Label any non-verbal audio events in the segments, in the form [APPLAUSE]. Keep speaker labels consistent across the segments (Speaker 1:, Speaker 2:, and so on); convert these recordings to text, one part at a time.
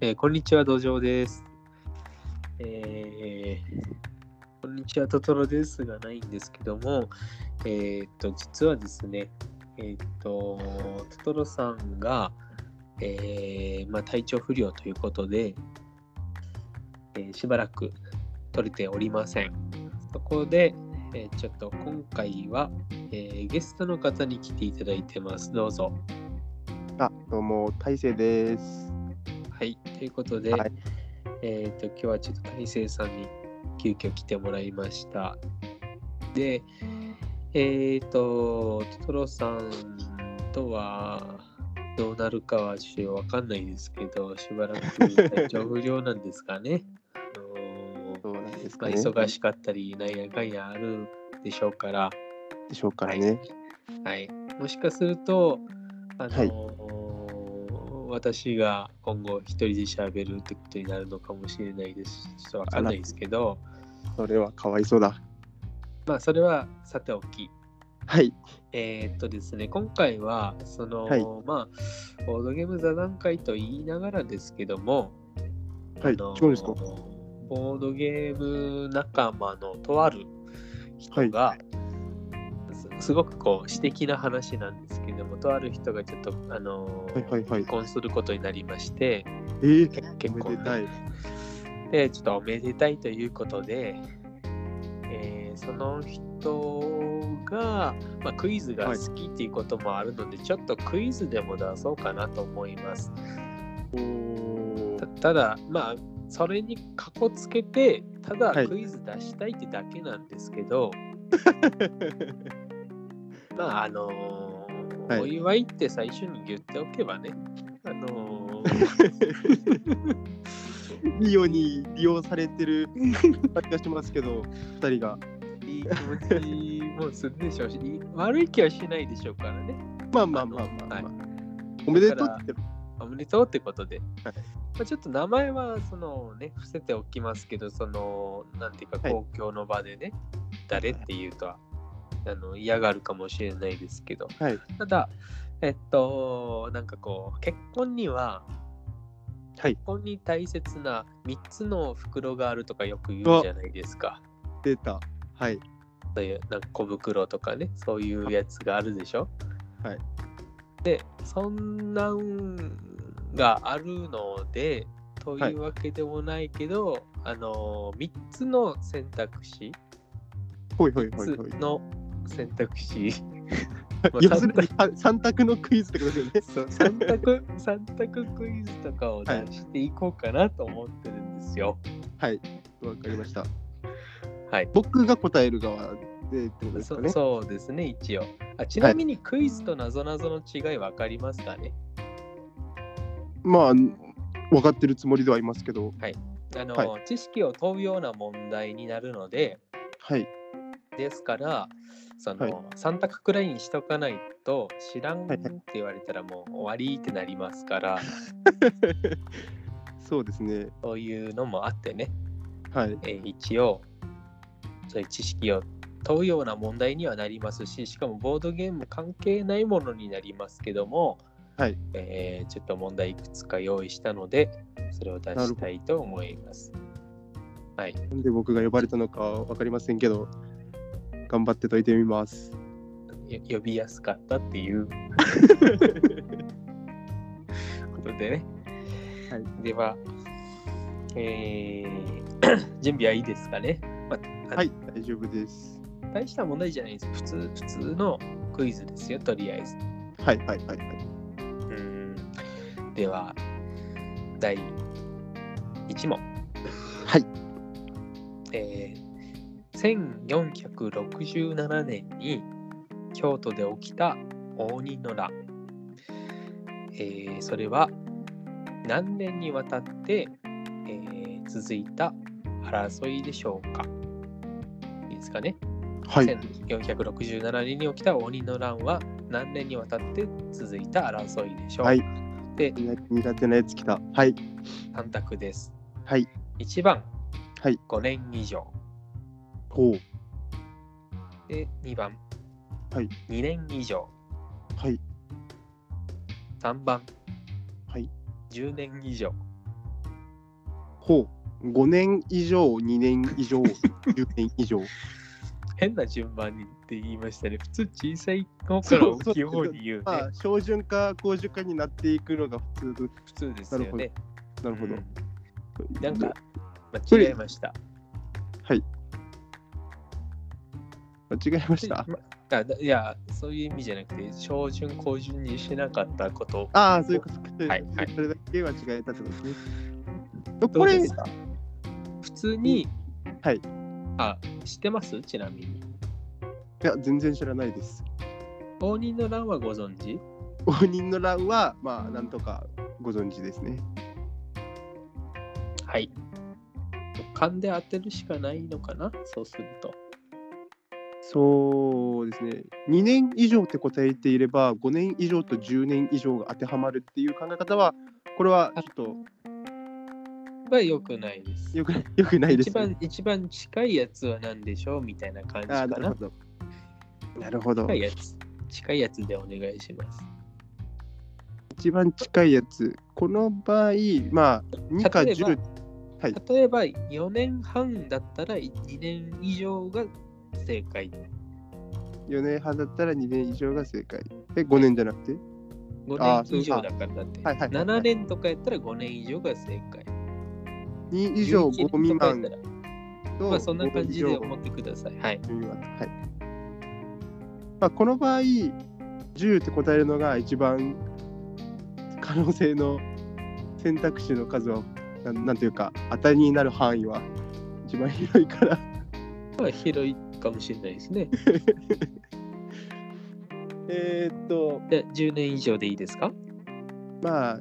Speaker 1: えーこんにちは、土壌です。えーこんにちは、トトロですがないんですけども、えーっと、実はですね、えーっと、トトロさんが、えーまあ、体調不良ということで、えーしばらく取れておりません。そこで、えーちょっと今回は、えーゲストの方に来ていただいてます。どうぞ。
Speaker 2: あ、どうも、大勢です。
Speaker 1: はい、ということで、
Speaker 2: はい
Speaker 1: えっ、と、今日はちょっと大成さんに急遽来てもらいました。で、えっ、と、トトロさんとはどうなるかはちょっとわかんないですけど、しばらく体調不良なんですかね。あのー
Speaker 2: どうなんです
Speaker 1: ま
Speaker 2: か
Speaker 1: あ
Speaker 2: ね。
Speaker 1: 忙しかったり、なんやかんやあるでしょうから、
Speaker 2: いでしょうからね。
Speaker 1: はい、もしかすると、あの
Speaker 2: はい
Speaker 1: 私が今後一人で喋るってことになるのかもしれないですしちょっとわかんないですけど、
Speaker 2: それはかわいそうだ。
Speaker 1: まあそれはさておき。
Speaker 2: はい。
Speaker 1: えーっとですね、今回は、その、
Speaker 2: はい
Speaker 1: まあ、ボードゲーム座談会と言いながらですけども、
Speaker 2: はい。
Speaker 1: あの
Speaker 2: 違うんですか
Speaker 1: ボードゲーム仲間のとある人が、すすごくこう私的な話なんですけどもとある人がちょっとあのー
Speaker 2: はいはいはい
Speaker 1: 結婚することになりまして
Speaker 2: えー、
Speaker 1: 結
Speaker 2: お
Speaker 1: 婚
Speaker 2: めでたい。
Speaker 1: でちょっとおめでたいということで、えーその人が、まあ、クイズが好きっていうこともあるので、ちょっとクイズでも出そうかなと思います
Speaker 2: おー
Speaker 1: たただまあそれにかこつけてただ
Speaker 2: はい
Speaker 1: クイズ出したいってだけなんですけど、まああのー
Speaker 2: はい
Speaker 1: お祝いって最初に言っておけばねあのー
Speaker 2: いいように利用されてる気がしますけど、二人が。 [LAUGHS]
Speaker 1: いい気持ちもするでしょうしいい悪い気はしないでしょうからね
Speaker 2: まあまあまあまあ、まあ
Speaker 1: はい
Speaker 2: おめでとうって。
Speaker 1: おめでとうってことで、
Speaker 2: はい
Speaker 1: まあ、ちょっと名前はそのね伏せておきますけどそのなんていうか
Speaker 2: はい
Speaker 1: 公共の場でね、誰っていうとはあの嫌がるかもしれないですけど
Speaker 2: はい。
Speaker 1: ただえっとなんかこう結婚には
Speaker 2: はい。
Speaker 1: 結婚に大切な3つの袋があるとかよく言うじゃないですか
Speaker 2: 出た。はい。
Speaker 1: そういうなんか小袋とかねそういうやつがあるでしょ
Speaker 2: はい
Speaker 1: でそんなんがあるのでというわけでもないけど、あの3つの選択肢
Speaker 2: ほいほいほいほい
Speaker 1: 3。つの選択
Speaker 2: [LAUGHS]
Speaker 1: 肢まあ
Speaker 2: 要するにあ三択のクイズってことですよね。
Speaker 1: そう三択三択クイズとかを出していこうかなと思ってるんですよ。
Speaker 2: はい。わかりました。
Speaker 1: はい。
Speaker 2: 僕が答える側でってことですか
Speaker 1: そ
Speaker 2: ね。
Speaker 1: そうですね、一応。あちなみにクイズとなぞなぞの違い分かりますかね、
Speaker 2: まあ、分かってるつもりではいますけど、
Speaker 1: あの、
Speaker 2: は
Speaker 1: 知識を問うような問題になるので、
Speaker 2: はい。
Speaker 1: ですから、そ
Speaker 2: はい
Speaker 1: の、三択くらいにしとかないと、知らんっ
Speaker 2: はい
Speaker 1: て言われたらもう終わりってなりますから、
Speaker 2: そうですね。
Speaker 1: そういうのもあってね、
Speaker 2: はい。
Speaker 1: えー一応そういう知識を問うような問題にはなりますししかもボードゲーム関係ないものになりますけども、
Speaker 2: はい
Speaker 1: えーちょっと問題いくつか用意したのでそれを出したいと思います。はい、
Speaker 2: なんで僕が呼ばれたのか分かりませんけど、頑張って解いてみます。
Speaker 1: よ呼びやすかったっていうことでね、
Speaker 2: は
Speaker 1: では、えー [COUGHS] 準備はいいですかね、まあ
Speaker 2: はい、大丈夫です。
Speaker 1: 大した問題じゃないです。普通、普通のクイズですよ、とりあえず。
Speaker 2: はい、はい、はい。はい、
Speaker 1: うん。では、第1問。
Speaker 2: はい。
Speaker 1: えー、1467年に京都で起きた応仁の乱。えーそれは何年にわたって、えー続いた争いでしょうかいいですかね
Speaker 2: はい、
Speaker 1: 1467年に起きた応仁の乱は何年にわたって続いた争いでしょう、
Speaker 2: はい
Speaker 1: で
Speaker 2: 苦手なやつ来た。はい、
Speaker 1: 3択です
Speaker 2: はい、
Speaker 1: 1番、
Speaker 2: はい
Speaker 1: 5年以上
Speaker 2: ほう、
Speaker 1: で2番、
Speaker 2: はい
Speaker 1: 2年以上
Speaker 2: はい、
Speaker 1: 3番、
Speaker 2: はい
Speaker 1: 10年以上
Speaker 2: ほう5年以上2年
Speaker 1: [LAUGHS]
Speaker 2: 以上10年以上
Speaker 1: 変な順番にって言いましたね。普通小さい方から大きい方に言うね。
Speaker 2: まあ標準化高順化になっていくのが普通
Speaker 1: 普通ですよね。
Speaker 2: なるほど、
Speaker 1: うんなんか、間違えました。
Speaker 2: 間違えました
Speaker 1: あだいや、そういう意味じゃなくて、標準、高順にしなかったこと。
Speaker 2: ああそういうことそ
Speaker 1: はいはい
Speaker 2: れだけは違えたってことですね
Speaker 1: ど
Speaker 2: こ
Speaker 1: う
Speaker 2: れ
Speaker 1: ですか普通に、
Speaker 2: はい。
Speaker 1: あ、知ってますちなみに。
Speaker 2: いや全然知らないです
Speaker 1: 応仁の乱はご存知
Speaker 2: 応仁の乱はまあなんとかご存知ですね
Speaker 1: はい。勘で当てるしかないのかなそうすると。
Speaker 2: そうですね2年以上って答えていれば5年以上と10年以上が当てはまるっていう考え方はこれはちょっ
Speaker 1: は良くないです。
Speaker 2: とよくないよくないで
Speaker 1: 一
Speaker 2: す、ね、
Speaker 1: 番一番近いやつは何でしょうみたいな感じ
Speaker 2: あ
Speaker 1: か
Speaker 2: あなる
Speaker 1: な
Speaker 2: ほ。どなるほど
Speaker 1: 近いやつ。近いやつでお願いします。
Speaker 2: 一番近いやつこの場合まあ2か
Speaker 1: 例えば
Speaker 2: 10はい
Speaker 1: 例えば4年半だったら2年以上が正解。
Speaker 2: 4年半だったら2年以上が正解え5年じゃなくてあ
Speaker 1: 5
Speaker 2: ーそう
Speaker 1: 年以上だからだって。
Speaker 2: はいはいはい
Speaker 1: 7年とかやったら5年以上が正解。
Speaker 2: 2以上5
Speaker 1: 11
Speaker 2: 未
Speaker 1: 年とかやった
Speaker 2: 満
Speaker 1: ら
Speaker 2: と
Speaker 1: まあそんな感じで
Speaker 2: 5以上
Speaker 1: 思ってください。はい。
Speaker 2: はいまあ、この場合10って答えるのが一番可能性の選択肢の数はなんなんというか当たりになる範囲は一番広いから [LAUGHS]
Speaker 1: まあ広いかもしれないですね。
Speaker 2: えーっと
Speaker 1: で10年以上でいいですか
Speaker 2: まあ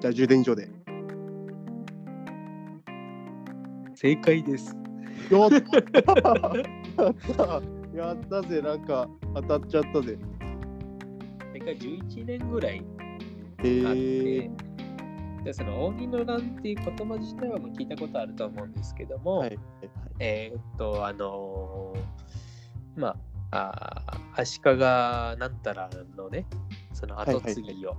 Speaker 2: じゃあ10年以上で
Speaker 1: 正解です。
Speaker 2: やったやった [LAUGHS] やったぜなんか当たっちゃったぜ
Speaker 1: 正解11年ぐらい
Speaker 2: え
Speaker 1: あって、
Speaker 2: ー、
Speaker 1: でその応仁の乱っていう言葉自体はもう聞いたことあると思うんですけども、
Speaker 2: はいはい
Speaker 1: えーっとあのーまああー足利なんたらのねその後継ぎを、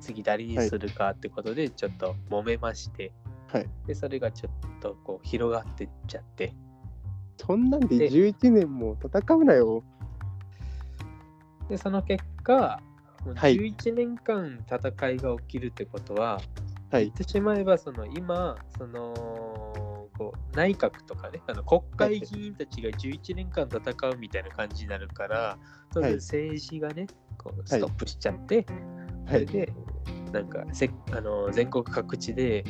Speaker 1: 次誰にするかってことでちょっと揉めまして、
Speaker 2: はい
Speaker 1: でそれがちょっとこう広がってっちゃって
Speaker 2: そんなんで
Speaker 1: で
Speaker 2: 11年も戦うなよ
Speaker 1: でその結果もう
Speaker 2: はい
Speaker 1: 11年間戦いが起きるってことは、
Speaker 2: はい
Speaker 1: 言ってしまえばその今そのこう内閣とかねあの国会議員たちが11年間戦うみたいな感じになるから当
Speaker 2: はい
Speaker 1: 然政治がねこうストップしちゃって、
Speaker 2: は
Speaker 1: そ
Speaker 2: い
Speaker 1: れでなんかせあの全国各地で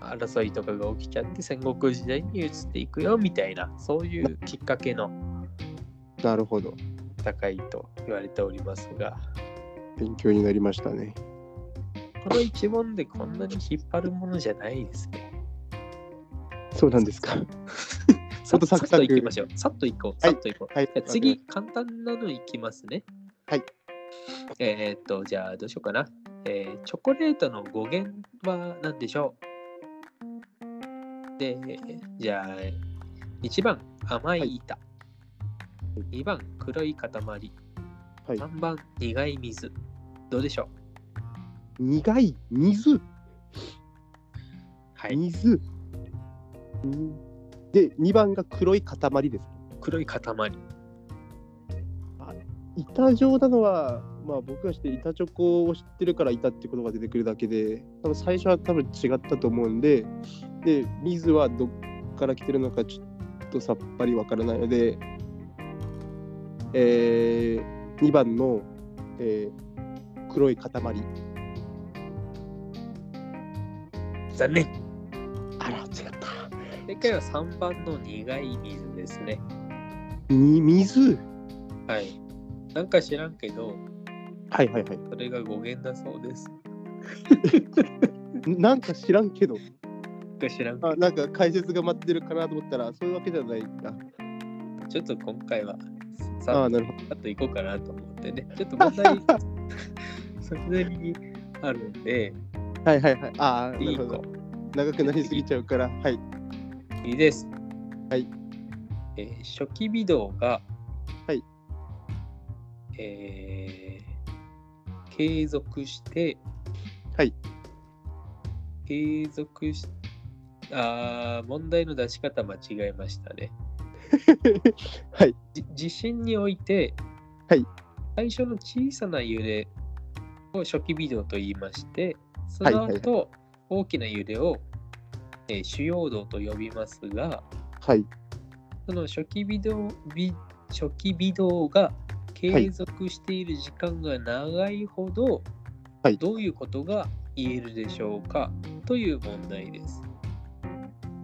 Speaker 1: 争いとかが起きちゃって戦国時代に移っていくよみたいなそういうきっかけの
Speaker 2: なるほど
Speaker 1: 戦いと言われておりますが
Speaker 2: 勉強になりましたね
Speaker 1: この一問でこんなに引っ張るものじゃないですね。
Speaker 2: そうなんですか。
Speaker 1: さっ
Speaker 2: とサクサ
Speaker 1: さっ
Speaker 2: ク
Speaker 1: と行きましょう。さっと行こう。
Speaker 2: は
Speaker 1: さ
Speaker 2: い
Speaker 1: っと行こう。
Speaker 2: はい
Speaker 1: じゃあ次、簡単なのいきますね。
Speaker 2: はい。
Speaker 1: えーっと、じゃあどうしようかな。えーチョコレートの語源は何でしょうで、じゃあ、1番、甘い板。2番、黒い塊。
Speaker 2: はい
Speaker 1: 3番、苦い水。どうでしょう
Speaker 2: 苦い水、
Speaker 1: はい。
Speaker 2: 水。うんで、2番が黒い塊です。
Speaker 1: 黒い塊。
Speaker 2: 板状なのは、まあ僕が知ってる板チョコを知ってるから板って言葉が出てくるだけで、多分最初は多分違ったと思うんで、で、水はどっから来てるのかちょっとさっぱりわからないので、え2番の、えー黒い塊。
Speaker 1: 残念。
Speaker 2: あら、違った。
Speaker 1: 正解は3番の苦い水ですね。
Speaker 2: に水
Speaker 1: はい。なんか知らんけど、
Speaker 2: はいはいはい。
Speaker 1: それが語源だそうです。
Speaker 2: なんか知らんけど、
Speaker 1: なんか知らんけ
Speaker 2: あなんか解説が待ってるかなと思ったら、そういうわけじゃないんだ。
Speaker 1: ど、ちょっと今回は
Speaker 2: あ
Speaker 1: さ
Speaker 2: あ、
Speaker 1: っ
Speaker 2: なるほど。
Speaker 1: さっと行こうかなと思ってね。ちょっと問
Speaker 2: [LAUGHS]
Speaker 1: 題、それなりにあるんで、
Speaker 2: はいはいはい。ああ、ないる
Speaker 1: い
Speaker 2: ほ
Speaker 1: 子
Speaker 2: ど。。長くなりすぎちゃうから、はい。
Speaker 1: いいです。
Speaker 2: はい。
Speaker 1: えー初期微動が、
Speaker 2: はい。
Speaker 1: えー継続して、
Speaker 2: はい。
Speaker 1: 継続し、あー問題の出し方間違えましたね。
Speaker 2: はい。
Speaker 1: じ地震において、
Speaker 2: はい
Speaker 1: 最初の小さな揺れを初期微動と言いまして、その
Speaker 2: はい
Speaker 1: 後、大きな揺れを、えー主要動と呼びますが、
Speaker 2: はい。
Speaker 1: その初期微動微初期微動が継続している時間が長いほど、
Speaker 2: はい
Speaker 1: どういうことが言えるでしょうかという問題です。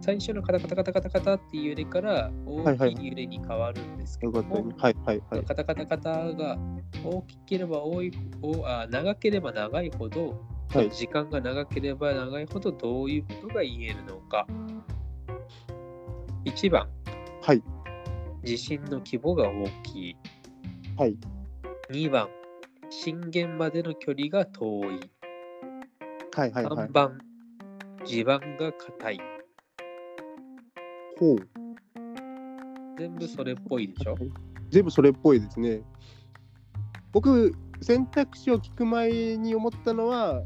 Speaker 1: 最初のカタカタカタカタカタっていう揺れから
Speaker 2: はいは
Speaker 1: 大
Speaker 2: い
Speaker 1: きい揺れに変わるんですけ
Speaker 2: よ
Speaker 1: ど
Speaker 2: か
Speaker 1: も、
Speaker 2: ったね。はいはいはい。
Speaker 1: カタカタカタが大きければ多いおあ長ければ長いほど、
Speaker 2: はい
Speaker 1: 時間が長ければ長いほどどういうことが言えるのか1番
Speaker 2: はい
Speaker 1: 地震の規模が大きい
Speaker 2: はい
Speaker 1: 2番震源までの距離が遠い
Speaker 2: はいはいはい
Speaker 1: 3。番地盤が硬い
Speaker 2: ほう。
Speaker 1: 全部それっぽいでしょ
Speaker 2: 全部それっぽいですね。僕、選択肢を聞く前に思ったのは、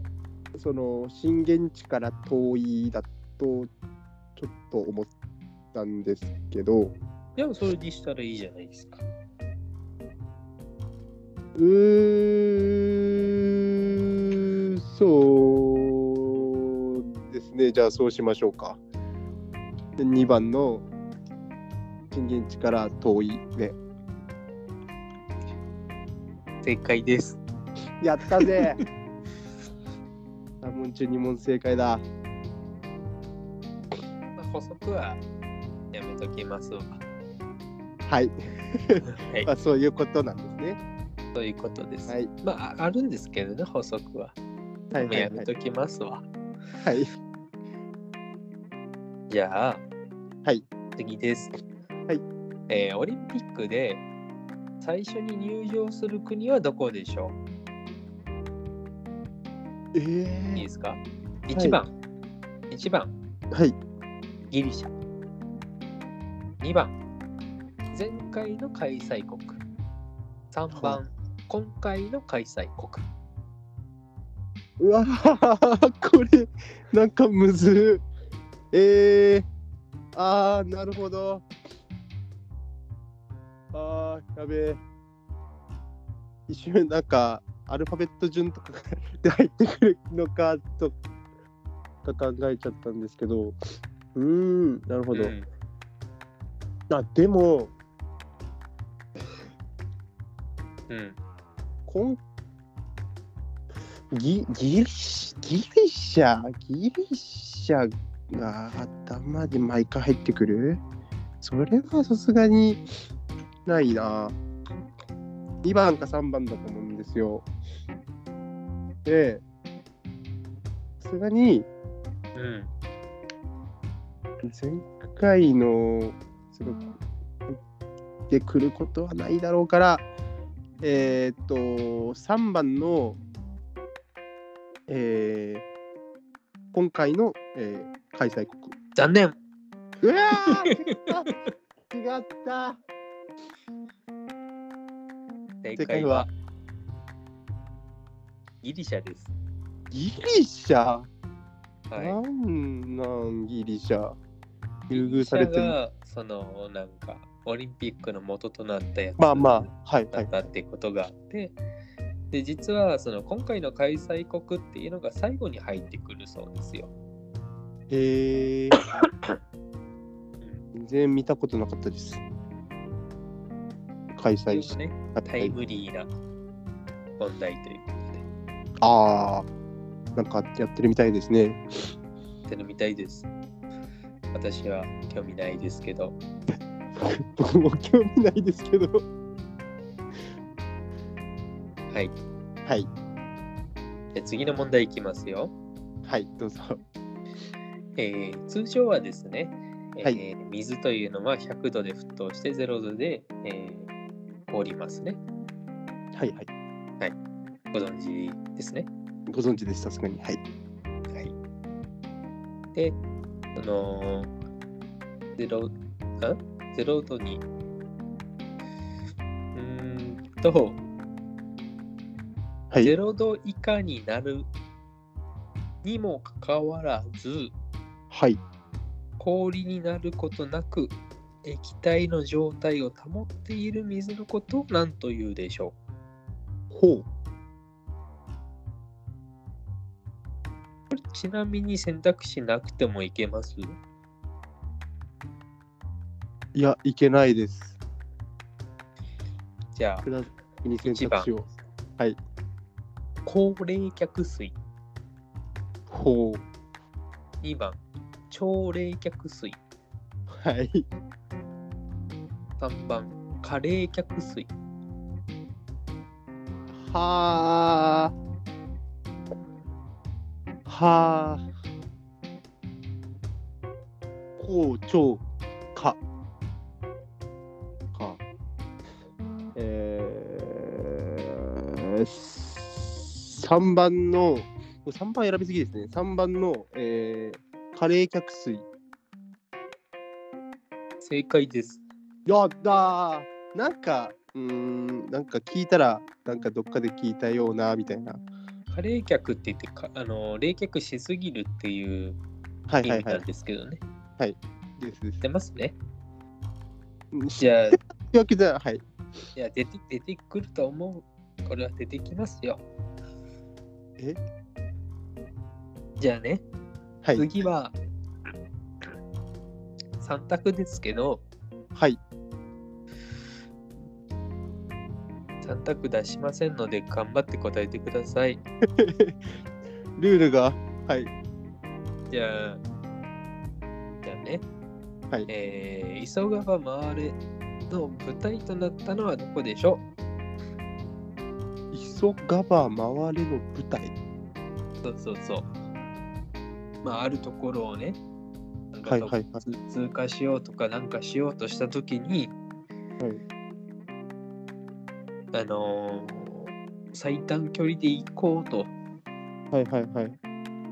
Speaker 2: その震源地から遠いだとちょっと思ったんですけど、
Speaker 1: でもそれにしたらいいじゃないですか
Speaker 2: うーそうですね。じゃあそうしましょうか。で2番の震源地から遠いね。
Speaker 1: 正解です
Speaker 2: やったぜあもん中2問正解だ。
Speaker 1: まあ補足はやめときます
Speaker 2: [LAUGHS]
Speaker 1: わ
Speaker 2: はい。
Speaker 1: はい
Speaker 2: まあ、そういうことなんですね。
Speaker 1: ということです。
Speaker 2: はい。
Speaker 1: まあ、ああるんですけどね、補足は。
Speaker 2: はい
Speaker 1: もう
Speaker 2: はい、は
Speaker 1: や
Speaker 2: い
Speaker 1: め。ときますわ。
Speaker 2: はい。
Speaker 1: じゃあ、
Speaker 2: はい。
Speaker 1: 次です。
Speaker 2: はい。
Speaker 1: えーオリンピックで最初に入場する国はどこでしょ
Speaker 2: え
Speaker 1: ういい
Speaker 2: ー
Speaker 1: で、すか ?1 番、一番、
Speaker 2: はい。
Speaker 1: ギリシャ。2番、前回の開催国。3
Speaker 2: は
Speaker 1: 番、今回の開催国。
Speaker 2: うわ [LAUGHS] ーこれ、なんかむずい。えー、あー、なるほど。あー、やべえ。一瞬、なんか、アルファベット順とか [LAUGHS] で入ってくるのかとか考えちゃったんですけど、うーん、なるほど。
Speaker 1: うん
Speaker 2: あでも
Speaker 1: うん。
Speaker 2: こんギギリシギリシャギリシャが頭で毎回入ってくるそれはさすがにないな2番か3番だと思うんですよでさすがに
Speaker 1: うん。
Speaker 2: 前回のそので来ることはないだろうからえーっと3番の、えー今回の、えー開催国
Speaker 1: 残念
Speaker 2: うわー違った
Speaker 1: 正
Speaker 2: 正
Speaker 1: 解
Speaker 2: 解は
Speaker 1: はギリシャです。
Speaker 2: ギリシャ、な
Speaker 1: は
Speaker 2: んなんギリシャ
Speaker 1: い。
Speaker 2: 優遇されて
Speaker 1: ギリシャ
Speaker 2: る
Speaker 1: がそのなんかオリンピックの元となったやつ
Speaker 2: まあまあはいは
Speaker 1: だ
Speaker 2: い
Speaker 1: ったってことがあって、で実はその今回の開催国っていうのが最後に入ってくるそうですよ。
Speaker 2: へえ全然見たことなかったです開
Speaker 1: とい
Speaker 2: 催
Speaker 1: う
Speaker 2: し
Speaker 1: ねタイムリーな問題ということで
Speaker 2: ああ、なんかやってるみたいですね。 [LAUGHS]
Speaker 1: やってのみたいです。私は興味ないですけど。
Speaker 2: 僕も興味ないですけど。
Speaker 1: はい。
Speaker 2: はい、
Speaker 1: で次の問題いきますよ。
Speaker 2: はい、どうぞ。
Speaker 1: えー通常はですね、えー
Speaker 2: は
Speaker 1: 水というのは100度で沸騰して0度で、えー凍りますね。
Speaker 2: はいはい。
Speaker 1: ご存知ですね。
Speaker 2: ご存知です、さすがに。はい。
Speaker 1: はい、で、その0、あ ?0 度に、うーんと、
Speaker 2: はい。
Speaker 1: 0度以下になるにもかかわらず
Speaker 2: はい。
Speaker 1: 氷になることなく液体の状態を保っている水のことを何というでしょう
Speaker 2: ほう。
Speaker 1: ちなみに選択肢なくてもいけます
Speaker 2: いや、いけないです。
Speaker 1: じゃあ
Speaker 2: くだに選択肢を。
Speaker 1: 高冷却水
Speaker 2: ほう。
Speaker 1: 2番超冷却水
Speaker 2: はい。
Speaker 1: 3番過冷却水
Speaker 2: はあ。はあ。こう、ちょう、か。か。えー、3番の、3番選びすぎですね。3番の、えー、カレー客水。
Speaker 1: 正解です
Speaker 2: やったーなんか、うーん、なんか聞いたら、なんかどっかで聞いたような、みたいな。
Speaker 1: 過冷却って言ってかあの冷却しすぎるっていう
Speaker 2: はい
Speaker 1: 意
Speaker 2: はい
Speaker 1: 味
Speaker 2: は
Speaker 1: ないん。ですけどね、
Speaker 2: ですです
Speaker 1: 出。ますね
Speaker 2: じ
Speaker 1: じゃあい
Speaker 2: ゃわけでは、はい。
Speaker 1: や出て出てくると思うこれは出てきますよ
Speaker 2: え
Speaker 1: じゃあね
Speaker 2: はい。
Speaker 1: 次は3択ですけど
Speaker 2: はい。
Speaker 1: 3択出しませんので頑張って答えてください
Speaker 2: ルールが、はい。
Speaker 1: じゃあ、じゃあね、
Speaker 2: はい
Speaker 1: えー、急がば回れの舞台となったのはどこでしょ
Speaker 2: 急がば回れの舞台。
Speaker 1: うそうそうそう。まあ、あるところをね、なんか
Speaker 2: はいはいはい
Speaker 1: つ通過しようとかなんかしようとしたときに、あのー最短距離で行こうと
Speaker 2: はいはいはい。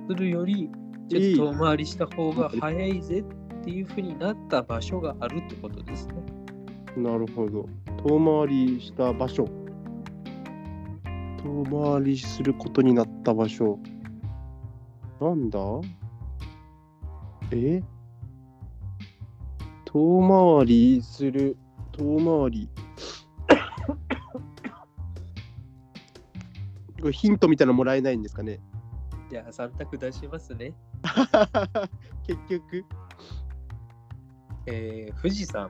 Speaker 1: するより、
Speaker 2: いい
Speaker 1: ちょっと遠回りした方が早いぜっていうふうになった場所があるってことですね。
Speaker 2: なるほど。遠回りした場所。遠回りすることになった場所。なんだえ遠回りする。遠回り。これヒントみたいなのもらえないんですかね
Speaker 1: じゃあ、3択出しますね。
Speaker 2: [LAUGHS] 結局。
Speaker 1: えー富士山、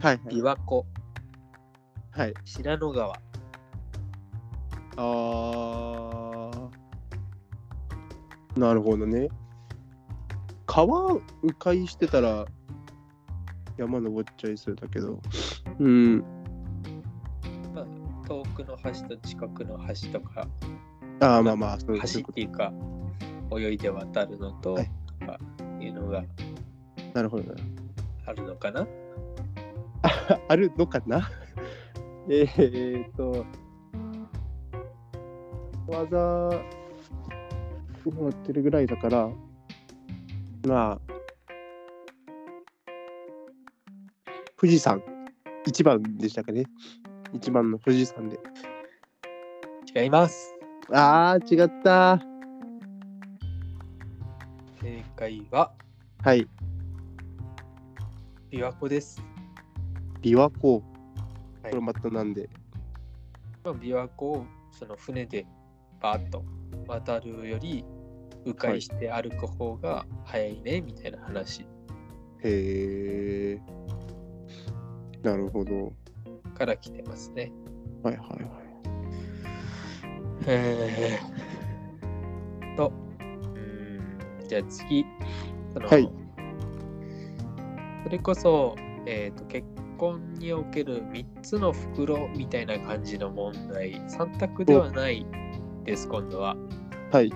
Speaker 2: はいはい
Speaker 1: 琵。琶湖、
Speaker 2: はい、
Speaker 1: 白野川。
Speaker 2: あーなるほどね川迂回してたら山登っちゃいそうだけどうん
Speaker 1: まあ、遠くの橋と近くの橋とか、
Speaker 2: あーまあまあそうそ
Speaker 1: 橋
Speaker 2: ういう
Speaker 1: っ
Speaker 2: こ
Speaker 1: ていうか、泳いで渡るのと、
Speaker 2: はい
Speaker 1: とかいうのが
Speaker 2: となるほどな
Speaker 1: あるのかな。
Speaker 2: ああるのかな [LAUGHS] えーっと技持ってるぐらいだからまあ富士山一番でしたかね一番の富士山で
Speaker 1: 違います。
Speaker 2: あー違った
Speaker 1: 正解は
Speaker 2: はい
Speaker 1: 琵琶湖です。
Speaker 2: 琵琶湖
Speaker 1: は
Speaker 2: こ
Speaker 1: い
Speaker 2: れまたなんで、
Speaker 1: まあ、琵琶湖をその船でバーッと渡るより、迂回して歩く方が早いね、みたいな話
Speaker 2: へえなるほど
Speaker 1: から来てますね。
Speaker 2: はいはいはい
Speaker 1: えー、と、うーんじゃあ次、その
Speaker 2: はい
Speaker 1: それこそ、えーと、結婚における3つの袋みたいな感じの問題、3択ではないです、今度は。
Speaker 2: はい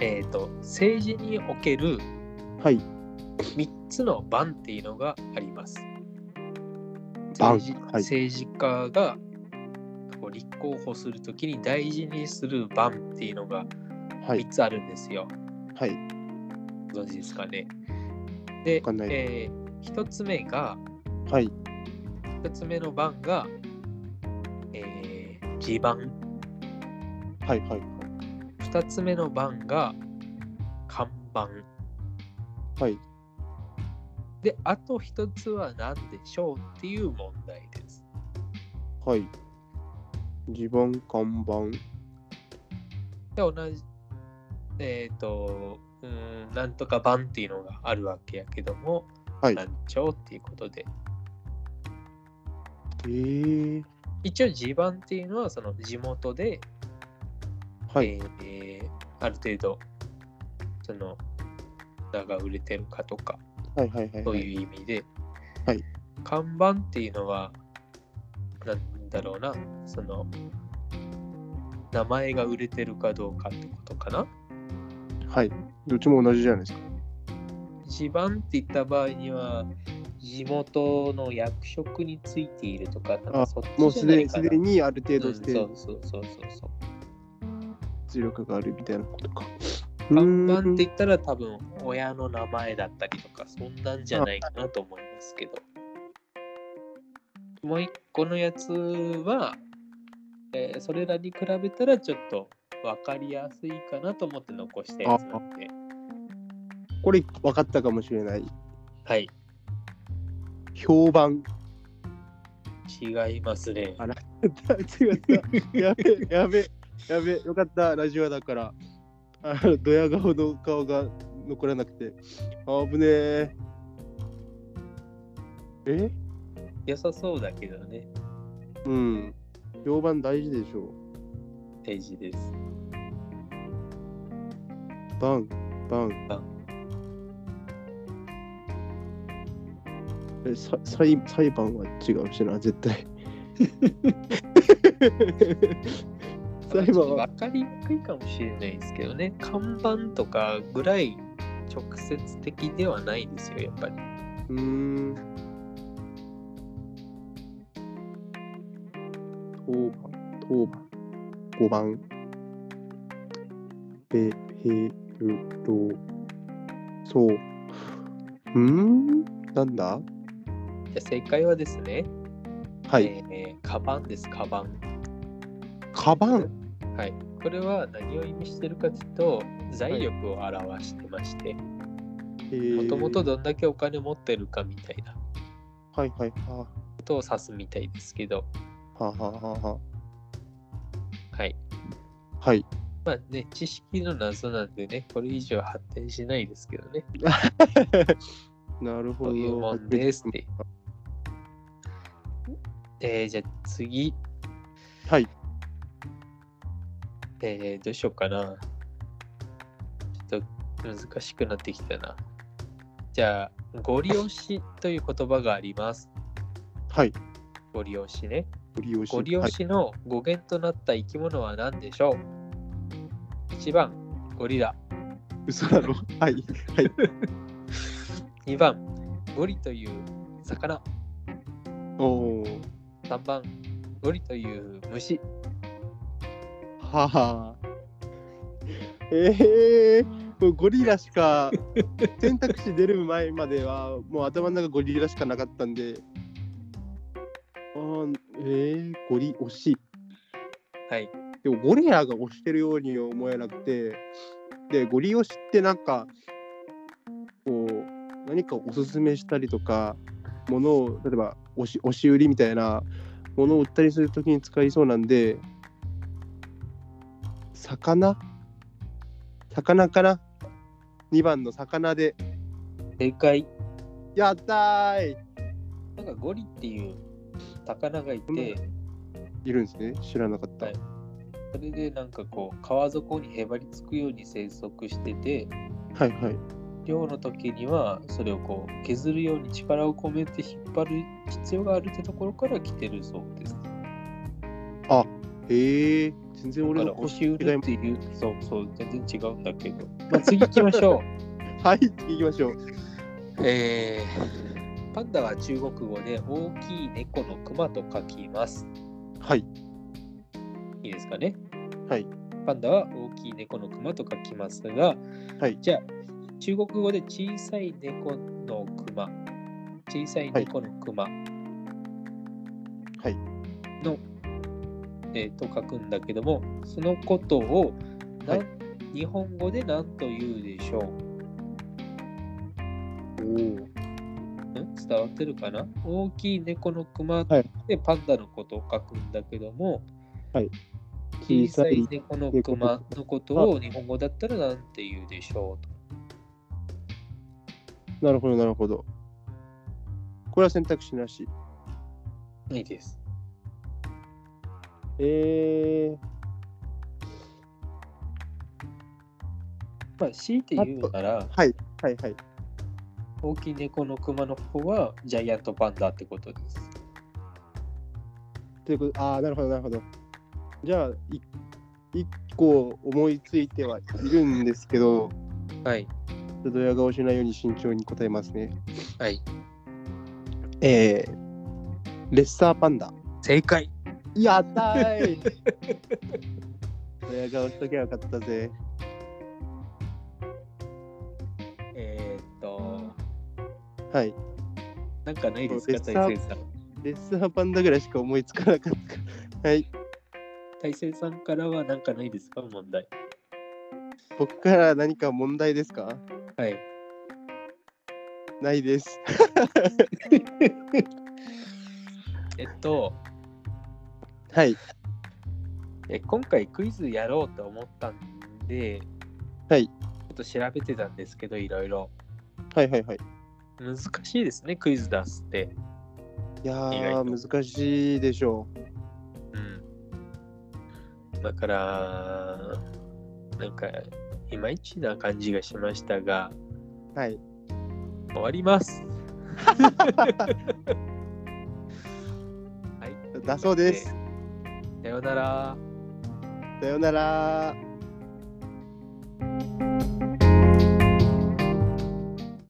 Speaker 1: えーと、政治における
Speaker 2: はい
Speaker 1: 3つの番っていうのがあります。
Speaker 2: 番
Speaker 1: 政治
Speaker 2: はい
Speaker 1: 政治家がこう立候補するときに大事にする番っていうのが
Speaker 2: はい
Speaker 1: 3つあるんですよ。
Speaker 2: はい
Speaker 1: ご存知ですかね。で
Speaker 2: わかんな、い
Speaker 1: え1つ目が、
Speaker 2: はい
Speaker 1: 1つ目の番が、えー地盤、
Speaker 2: はいはいはい。
Speaker 1: 2つ目の番が看板
Speaker 2: はい。
Speaker 1: であと1つは何でしょうっていう問題です
Speaker 2: はい。地盤、看板。
Speaker 1: で同じえっ、とうーんなんとか番っていうのがあるわけやけども、
Speaker 2: はい。
Speaker 1: なんちょうっていうことで
Speaker 2: えー、
Speaker 1: 一応地盤っていうのはその地元で、
Speaker 2: はい。
Speaker 1: えーある程度その名が売れてるかとか
Speaker 2: はいはいはい。
Speaker 1: と
Speaker 2: う。
Speaker 1: いう意味で、
Speaker 2: はい
Speaker 1: 看板っていうのはなんだろうなその名前が売れてるかどうかってことかな
Speaker 2: はい。どっちも同じじゃないですか。
Speaker 1: 地盤って言った場合には地元の役職についているとかなんか
Speaker 2: あ
Speaker 1: そっ
Speaker 2: もう
Speaker 1: ちじゃ
Speaker 2: す
Speaker 1: な
Speaker 2: で
Speaker 1: い
Speaker 2: に、
Speaker 1: か
Speaker 2: す
Speaker 1: な
Speaker 2: でにある程
Speaker 1: う
Speaker 2: 度
Speaker 1: ん
Speaker 2: し
Speaker 1: そう
Speaker 2: て
Speaker 1: そうそうそうそう
Speaker 2: 実力があるみたいなことか。
Speaker 1: 看板って
Speaker 2: うーん
Speaker 1: 言ったら多分親の名前だったりとかそんなんじゃないかなと思いますけどもう一個のやつは、えーそれらに比べたらちょっと分かりやすいかなと思って残したやつなんで
Speaker 2: これ分かったかもしれない。
Speaker 1: はい
Speaker 2: 評判。 [LAUGHS]
Speaker 1: 違いますね
Speaker 2: あら、違った。やべ、
Speaker 1: [LAUGHS]
Speaker 2: やべ、やべ、よかった、ラジオだから。あのドヤ顔の顔が残らなくて。あぶねえ。え
Speaker 1: 良さそうだけどね
Speaker 2: うん。評判大事でしょ
Speaker 1: 大事です
Speaker 2: う。バン、バン。
Speaker 1: バン
Speaker 2: え、さ裁裁判は違うしな、絶対。 [LAUGHS] 裁判は。
Speaker 1: 分かりにくいかもしれないですけどね看板とかぐらい直接的ではないですよやっぱり
Speaker 2: うーん。当番、当番。五番。べ、へ、る、ろ、そう。うーんなんだ
Speaker 1: じゃあ正解はですね
Speaker 2: はい。
Speaker 1: えーカバンです、カバン。
Speaker 2: カバン。
Speaker 1: はい。これは何を意味してるかというと、財力を表してまして、もともと
Speaker 2: だ。
Speaker 1: どんだけお金持ってるかみたいなこ
Speaker 2: はいはい。は
Speaker 1: とを指すみたいですけど、
Speaker 2: あ、はあ、はあ、は
Speaker 1: はい。
Speaker 2: あ。はい。
Speaker 1: [LAUGHS] まあね、知識の謎なんでね、これ以上発展しないですけどね、
Speaker 2: なるほ
Speaker 1: と
Speaker 2: ど。
Speaker 1: いうもんですって。えーじゃあ次、
Speaker 2: はい。
Speaker 1: えーどうしようかな。ちょっと難しくなってきたな。じゃあ、ご利用しという言葉があります。
Speaker 2: はい。
Speaker 1: ご利用しね。
Speaker 2: ご利用し。
Speaker 1: ご利用
Speaker 2: はい
Speaker 1: しの語源となった生き物は何でしょう ?1 番、ゴリラ。
Speaker 2: 嘘だろ。はい。
Speaker 1: 2番、ゴリという魚。
Speaker 2: おー。
Speaker 1: 3番、ゴリという虫。
Speaker 2: はは。ええもうゴリラしか選択肢出る前まではもう頭の中ゴリラしかなかったんで。あーええゴリ押し。
Speaker 1: はい。
Speaker 2: でもゴリラが押してるように思えなくて。で、ゴリ押しってなんか、こう、何かおすすめしたりとか、ものを、例えば押し、押し売りみたいなものを売ったりするときに使いそうなんで、魚魚かな ?2 番の魚で。
Speaker 1: 正解。
Speaker 2: やったーい
Speaker 1: なんかゴリっていう魚がいて、
Speaker 2: いるんですね。知らなかった。
Speaker 1: はいそれでなんかこう川底にへばりつくように生息してて
Speaker 2: はいはい。
Speaker 1: 漁の時にはそれをこう削るように力を込めて引っ張る必要があるってところから来てるそうです。
Speaker 2: へえ全然
Speaker 1: だ
Speaker 2: 俺
Speaker 1: から
Speaker 2: の
Speaker 1: 押
Speaker 2: 腰
Speaker 1: し売るっていうそうそう全然違うんだけど、まあ、次行きましょ
Speaker 2: はい、行きましょう。
Speaker 1: う、えーパンダは中国語で大きい猫のクマと書きます
Speaker 2: はい。
Speaker 1: いいですかね
Speaker 2: はい
Speaker 1: パンダは大きい猫のクマと書きますが、
Speaker 2: はい
Speaker 1: じゃあ中国語で小さい猫のクマ小さい猫のクマ、
Speaker 2: はい。
Speaker 1: の、えーと書くんだけどもそのことをな
Speaker 2: は
Speaker 1: ん
Speaker 2: い
Speaker 1: 日本語で何と言うでしょうん伝わってるかな大きい猫のクマ
Speaker 2: はい
Speaker 1: でパンダのことを書くんだけども、
Speaker 2: はい
Speaker 1: 小さい猫のクマのことを日本語だったら何て言うでしょう
Speaker 2: なるほどなるほどこれは選択肢なし
Speaker 1: といいです。
Speaker 2: えー、
Speaker 1: まあ、強いて言うなら、
Speaker 2: はいはいはい
Speaker 1: 大きい猫のクマの方はジャイアントパンダってことです。
Speaker 2: ということああなるほどなるほどじゃあい一個思いついてはいるんですけど
Speaker 1: はい。
Speaker 2: ちょっとドヤ顔しないように慎重に答えますね
Speaker 1: はい。
Speaker 2: えー、レッサーパンダ
Speaker 1: 正解
Speaker 2: やったーいドヤ顔しときゃよかったぜ
Speaker 1: えーっと、
Speaker 2: はい
Speaker 1: なんかないですか、
Speaker 2: そうです
Speaker 1: 大成さん。
Speaker 2: レッサーパンダぐらいしか思いつかなかったはい
Speaker 1: 大成さんからはなんかないですか、問題。
Speaker 2: 僕から何か問題ですか
Speaker 1: はい。
Speaker 2: ないです
Speaker 1: えっと、
Speaker 2: はい
Speaker 1: え今回クイズやろうと思ったんで、
Speaker 2: はい
Speaker 1: ちょっと調べてたんですけど、いろいろ。
Speaker 2: はいはいはい
Speaker 1: 難しいですね、クイズ出すって。
Speaker 2: いや
Speaker 1: 意外
Speaker 2: ー難しいでしょ
Speaker 1: うん。だから、なんか、いまいちな感じがしましたが、
Speaker 2: うはい
Speaker 1: 終わり
Speaker 2: [LAUGHS]
Speaker 1: ます。はい。
Speaker 2: だそうです
Speaker 1: さようなら。
Speaker 2: さようなら